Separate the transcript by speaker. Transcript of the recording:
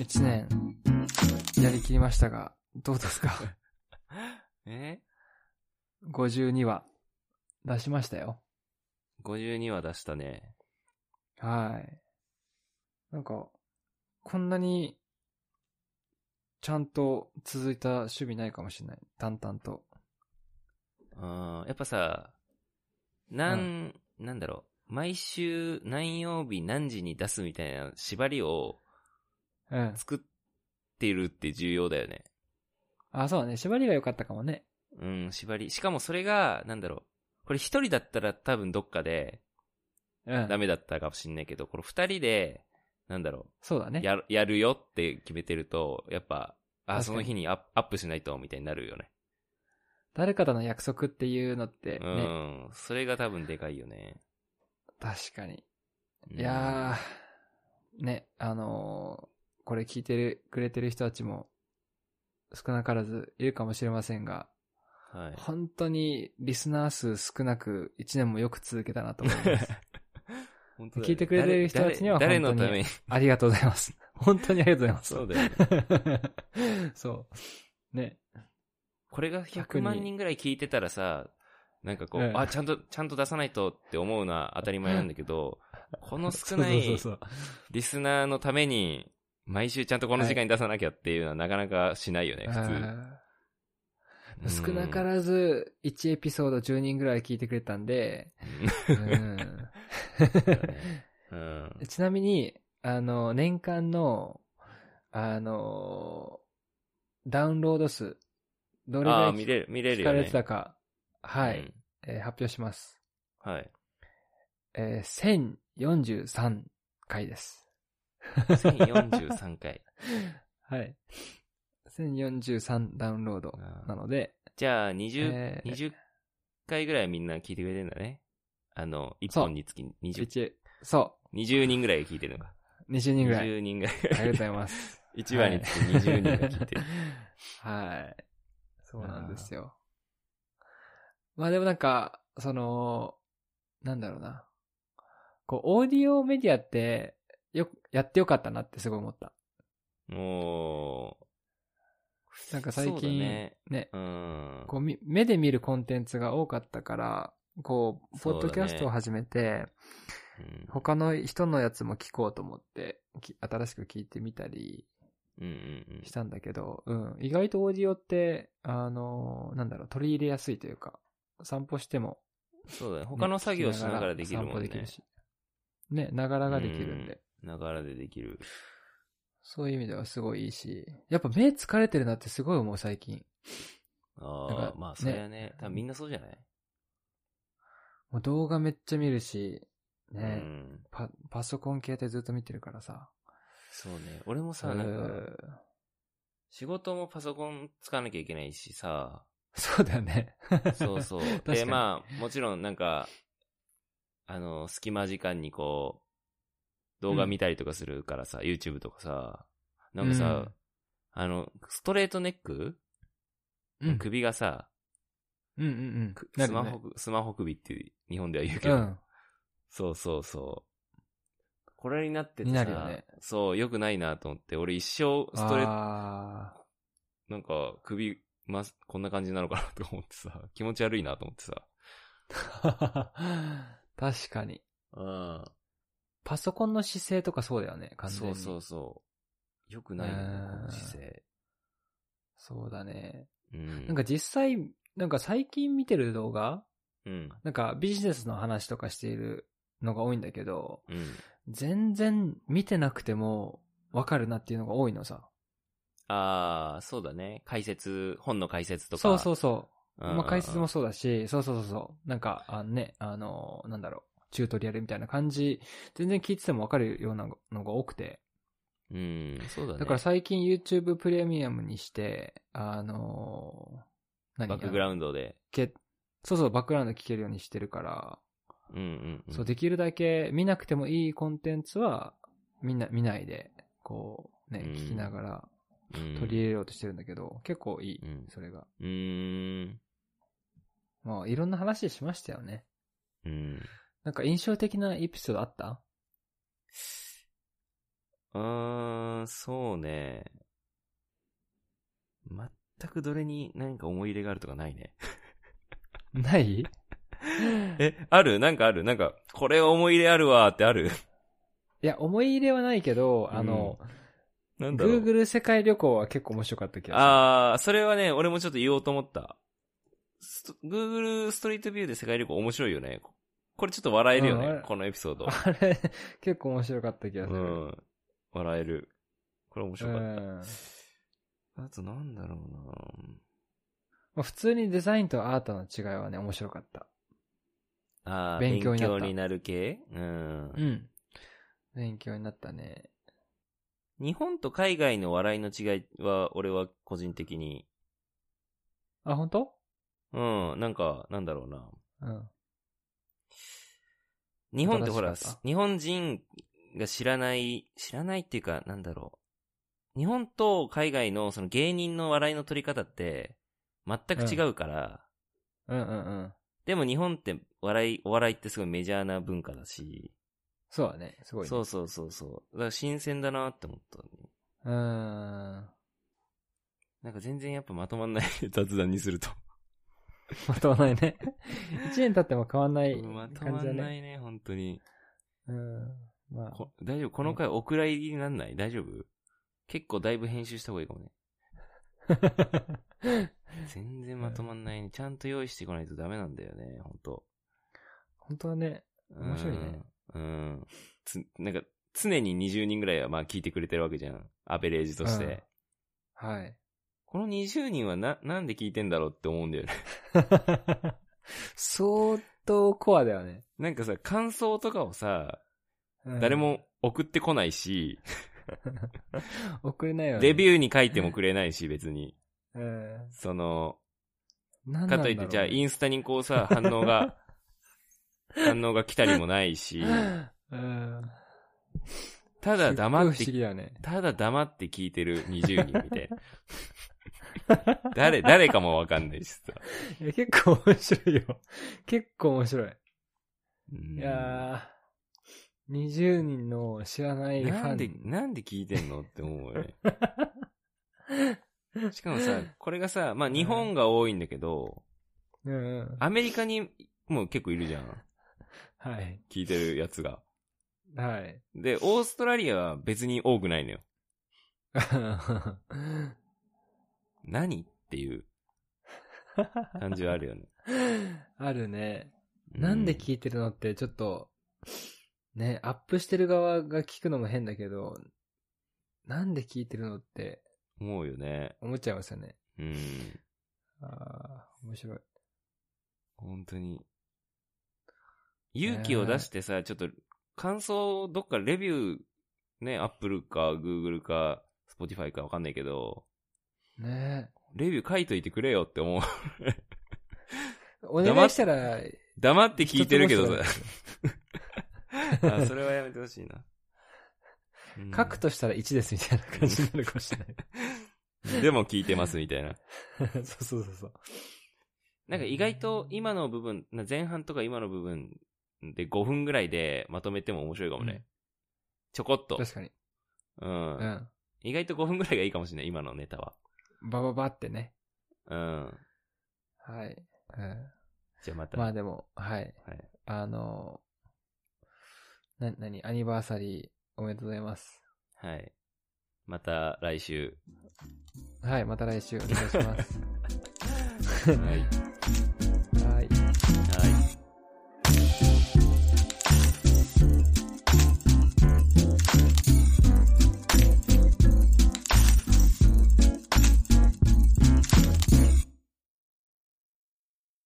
Speaker 1: 一年、やりきりましたが、どうですか
Speaker 2: え
Speaker 1: ?52 話、出しましたよ。
Speaker 2: ?52 は出したね。
Speaker 1: はい。なんか、こんなに、ちゃんと続いた趣味ないかもしれない。淡々と。
Speaker 2: うん、やっぱさ、なん、なんだろう。毎週何曜日何時に出すみたいな縛りを
Speaker 1: うん。
Speaker 2: 作ってるって重要だよね。
Speaker 1: あ、そうだね。縛りが良かったかもね。
Speaker 2: うん、縛り。しかもそれが、なんだろう。これ一人だったら多分どっかで
Speaker 1: うん。
Speaker 2: ダメだったかもしんないけど、これ二人で、なんだろ
Speaker 1: そうだ
Speaker 2: う。
Speaker 1: ね。
Speaker 2: やる、やるよって決めてると、やっ
Speaker 1: 確か
Speaker 2: ぱ、あ、
Speaker 1: に
Speaker 2: その日にアップアップしないと、みたいになるよね。
Speaker 1: 誰かとの約束っていうのって、
Speaker 2: う
Speaker 1: ね、
Speaker 2: ん、それが多分でかいよね。
Speaker 1: 確かに。
Speaker 2: うん
Speaker 1: いやー、ね、あのーこれ聞いてる、くれてる人たちも少なからずいるかもしれませんが、
Speaker 2: はい。
Speaker 1: 本当にリスナー数少なく1年もよく続けたなと思い ます。
Speaker 2: 本
Speaker 1: 聞いてくれてる人たちには
Speaker 2: 誰
Speaker 1: 本当
Speaker 2: 誰
Speaker 1: に
Speaker 2: のために。
Speaker 1: ありがとうござい ます。本当にありがとうございます。
Speaker 2: そうだよね。
Speaker 1: そう。ね。
Speaker 2: これが
Speaker 1: 特
Speaker 2: 100
Speaker 1: に
Speaker 2: 万人ぐらい聞いてたらさ、なんかこう、
Speaker 1: ええ
Speaker 2: あ、ちゃんと、ちゃんと出さないとって思うのは当たり前なんだ けど、この少な
Speaker 1: そう
Speaker 2: い
Speaker 1: そうそう
Speaker 2: リスナーのために、毎週ちゃんとこの時間に出さなきゃっていうのはなかなかしないよね、
Speaker 1: そうあ
Speaker 2: 普
Speaker 1: ー
Speaker 2: 通。
Speaker 1: 少なか
Speaker 2: うん。
Speaker 1: らず1エピソード10人ぐらい聞いてくれたんで、うん
Speaker 2: うん。
Speaker 1: ちなみに、あの、年間の、あの、ダウンロード数、どれぐ
Speaker 2: あ
Speaker 1: ら
Speaker 2: あ、
Speaker 1: い
Speaker 2: 見れる、見れ
Speaker 1: 聞
Speaker 2: るよ
Speaker 1: か
Speaker 2: ね。
Speaker 1: れてたか、はい、
Speaker 2: うん
Speaker 1: えー発表します。
Speaker 2: はい。
Speaker 1: えー、1043回です。
Speaker 2: 1043回。
Speaker 1: はい。1043ダウンロード なので、
Speaker 2: じゃあ、20、
Speaker 1: えー
Speaker 2: 20回ぐらいみんな聞いてくれてんだね。あの、1
Speaker 1: そう
Speaker 2: 本につき20、
Speaker 1: 1、そ
Speaker 2: 20人ぐらい聞いてるのか。
Speaker 1: う、20人ぐらい。あり
Speaker 2: 20人ぐらい。
Speaker 1: がとうございます。
Speaker 2: 1話 につき20人が聞いてる。
Speaker 1: はい。そうなんですよ。まあでもなんか、その、なんだろうな。こう、オーディオメディアって、よく、やってよかったなってすごい思った。
Speaker 2: もう、
Speaker 1: なんか最
Speaker 2: そうだ
Speaker 1: 近、ね
Speaker 2: ね、うん。
Speaker 1: こうみ、目で見るコンテンツが多かったから、こう、ポ
Speaker 2: そうだ
Speaker 1: ッ
Speaker 2: ね
Speaker 1: ドキャストを始めて、
Speaker 2: うん
Speaker 1: 他の人のやつも聞こうと思って、き新しく聞いてみたり
Speaker 2: うんうん
Speaker 1: したんだけど、うん、意外とオーディオって、あのーなんだろう、取り入れやすいというか、散歩しても
Speaker 2: うん。そうだね。他の作業しながらできるもん
Speaker 1: 散歩でき
Speaker 2: ね
Speaker 1: る。し。ね、ながらができるんで。
Speaker 2: ながらでできる。
Speaker 1: そういう意味ではすごいいいし。やっぱ目疲れてるなってすごい思う、最近。なん
Speaker 2: あ
Speaker 1: か
Speaker 2: あ、まあ、それはね、多分みんなそうじゃない
Speaker 1: もう動画めっちゃ見るし、ね、
Speaker 2: うん。
Speaker 1: パ、パソコン系でずっと見てるからさ。
Speaker 2: そうね。俺もさ、
Speaker 1: う
Speaker 2: なんか、
Speaker 1: ー
Speaker 2: 仕事もパソコン使わなきゃいけないしさ、
Speaker 1: そうだよね。
Speaker 2: そうそう
Speaker 1: 確。かに
Speaker 2: で、まあ、もちろんなんか、あの、隙間時間にこう、動画見たりとかするからさ、YouTube とかさ、なんかさ、
Speaker 1: うん
Speaker 2: あの、ストレートネック、
Speaker 1: うん。
Speaker 2: 首がさ、
Speaker 1: うんうんうん
Speaker 2: く。
Speaker 1: な
Speaker 2: ス
Speaker 1: るよ
Speaker 2: マ
Speaker 1: ね
Speaker 2: ホ、スマホ首って日本では言うけ
Speaker 1: う
Speaker 2: ど、
Speaker 1: ん。
Speaker 2: そうそうそう。これになってて
Speaker 1: にな
Speaker 2: さ、
Speaker 1: るよね
Speaker 2: そう、良くないなと思って、俺一生ストレー
Speaker 1: あ
Speaker 2: ト、なんか首、ま、こんな感じなのかなとか思ってさ、気持ち悪いなと思ってさ。
Speaker 1: ー 確かに。
Speaker 2: うん。
Speaker 1: パソコンの姿勢とかそうだよね、完全
Speaker 2: そ
Speaker 1: に。
Speaker 2: うそうそう。良くないよね
Speaker 1: うん、
Speaker 2: この姿勢。
Speaker 1: そうだね。
Speaker 2: うん。
Speaker 1: なんか、実際、なんか最近見てる動画
Speaker 2: うん。
Speaker 1: なんかビジネスの話とかしているのが多いんだけど、
Speaker 2: うん。
Speaker 1: 全然見てなくてもわかるなっていうのが多いのさ。
Speaker 2: ああ、そうだね。解説、本の解説とか。
Speaker 1: そうそうそう。
Speaker 2: うんうんうん
Speaker 1: まあ、解説もそうだし、そうそうそうそう。なんか、あのね、あの、なんだろう、チュートリアルみたいな感じ、全然聞いててもわかるようなのが多くて。
Speaker 2: うん、そうだね。
Speaker 1: だから最近 YouTube プレミアムにして、あの、何
Speaker 2: バックグラ
Speaker 1: ウン
Speaker 2: ウンドで。
Speaker 1: ド。そうそう、バックグラウンド聞けるようにしてるから、
Speaker 2: うんうん、うん。
Speaker 1: そう、できるだけ見なくてもいいコンテンツは、みんな見ないで、こう、ね、
Speaker 2: うん
Speaker 1: 聞きながら
Speaker 2: うん、
Speaker 1: 取り入れようとしてるんだけど、結構いい、
Speaker 2: うん
Speaker 1: それが。
Speaker 2: うーん。
Speaker 1: まあ、いろんな話しましたよね。
Speaker 2: うん。
Speaker 1: なんか印象的なエピソードあった
Speaker 2: うーん、そうね。全くどれに何か思い入れがあるとかな いね。
Speaker 1: ない
Speaker 2: え、あるなんかあるなんか、これ思い入れあるわーってある
Speaker 1: いや、思い入れはないけど、あの、
Speaker 2: なんだろう。
Speaker 1: Google 世界旅行は結構面白かった気がする。
Speaker 2: あー、それはね、俺もちょっと言おうと思った。スト Google ストリートビューで世界旅行面白いよね。これちょっと笑えるよ
Speaker 1: うんあれ
Speaker 2: ね、このエピソード。
Speaker 1: あれ、 結構面白かった気がす
Speaker 2: う
Speaker 1: る。
Speaker 2: ん。笑える。これ面
Speaker 1: う
Speaker 2: 白かった。
Speaker 1: ん。
Speaker 2: あとなんだろうな
Speaker 1: まあ普通にデザインとアートの違いはね、面白かった。
Speaker 2: あー
Speaker 1: 勉強になった
Speaker 2: 勉強になる系うん
Speaker 1: う。ん。勉強になったね。
Speaker 2: 日本と海外の笑いの違いは、俺は個人的に、
Speaker 1: あ、本当？
Speaker 2: うん、なんか、なんだろうな。
Speaker 1: うん。
Speaker 2: 日本ってほら
Speaker 1: 新しかった、
Speaker 2: 日本人が知らない、知らないっていうか、なんだろう。日本と海外のその芸人の笑いの取り方って、全く違うから、
Speaker 1: うんうんうん。
Speaker 2: でも日本って笑い、お笑いってすごいメジャーな文化だし、
Speaker 1: そうだね。すごい、ね。
Speaker 2: そうそうそうそう。だから新鮮だなって思った、ね。
Speaker 1: うーん。 ま
Speaker 2: なんか全然やっぱまとまんない雑談にすると。
Speaker 1: とまないね。 一年経っても変わんない
Speaker 2: まと
Speaker 1: 感
Speaker 2: ま
Speaker 1: じだ
Speaker 2: んな
Speaker 1: ね。
Speaker 2: いね、本当に。
Speaker 1: うん。まあ、
Speaker 2: こ大丈夫この回お蔵入りになんない大丈夫結構だいぶ編集した方がいいかもね。全然まとまんないね。ちゃんと用意してこないとダメなんだよね、ほんと。
Speaker 1: 本当はね、面白いね
Speaker 2: うん。うん。つ、なんか、常に20人ぐらいはまあ聞いてくれてるわけじゃん。アベレージとして。
Speaker 1: うんはい。
Speaker 2: この20人はな、なんで聞いてんだろうって思うんだよね。
Speaker 1: 相当コアだよね。
Speaker 2: なんかさ、感想とかをさ、
Speaker 1: うん
Speaker 2: 誰も送ってこないし、
Speaker 1: 送れないよね。
Speaker 2: レ
Speaker 1: ュ
Speaker 2: ビューに書いてもくれないし、別に。
Speaker 1: ー。うん。
Speaker 2: その、
Speaker 1: 何な
Speaker 2: か
Speaker 1: んだ
Speaker 2: と
Speaker 1: ろ
Speaker 2: いうっ
Speaker 1: ね
Speaker 2: て、じゃあインスタにこうさ、反応 が、反応が来たりもないし、
Speaker 1: うん。
Speaker 2: ただ黙っ
Speaker 1: すごい不思
Speaker 2: て
Speaker 1: 議だよね。
Speaker 2: ただ黙って聞いてる20人みたい な。誰、誰かもわかんないしさ。
Speaker 1: いや、結構面白いよ。結構面白い。
Speaker 2: うん
Speaker 1: いやー、20人の知らないファン。
Speaker 2: なんで、なんで聞いてんのって思 うよね。しかもさ、これがさ、まあ日本が多いんだけど、
Speaker 1: うんうん。
Speaker 2: アメリカにも結構いるじゃん。
Speaker 1: はい。
Speaker 2: 聞いてるやつが。
Speaker 1: はい。
Speaker 2: で、オーストラリアは別に多くないのよ。何っていう感じはあるよね。
Speaker 1: あるね。
Speaker 2: う
Speaker 1: なんで聞いてるのって、ちょっと、ね、アップしてる側が聞くのも変だけど、なんで聞いてるのって
Speaker 2: 思うよね。
Speaker 1: 思っちゃいますよね。
Speaker 2: うん。
Speaker 1: ああ、面白い。
Speaker 2: 本当に。勇気を出してさ、ちょっと、感想をどっかレビュー、ね、アップルか、グーグルか、スポティファイかわかんないけど、
Speaker 1: ね
Speaker 2: レビュー書いといてくれよって思う。
Speaker 1: お願いしたら、
Speaker 2: 黙って聞いてるけど
Speaker 1: 一つも
Speaker 2: さ。
Speaker 1: し
Speaker 2: あそれはやめてほしいな。
Speaker 1: ない書くとしたら1ですみたいな感じになるかもしれない。
Speaker 2: うん。でも聞いてますみたいな。
Speaker 1: そうそうそうそう。
Speaker 2: なんか意外と今の部分、な前半とか今の部分で5分ぐらいでまとめても面白いかもね。ちょこっと。
Speaker 1: 確かに。
Speaker 2: う。
Speaker 1: うんん。
Speaker 2: 意外と5分ぐらいがいいかもしれない、今のネタは。
Speaker 1: バババってね。
Speaker 2: うん。
Speaker 1: はい。うん
Speaker 2: じゃあまた。
Speaker 1: まあでも、はい。
Speaker 2: はい
Speaker 1: あの、な、なに、アニバーサリーおめでとうございます。
Speaker 2: はい。また来週。
Speaker 1: はい、また来週お願いします。
Speaker 2: はい。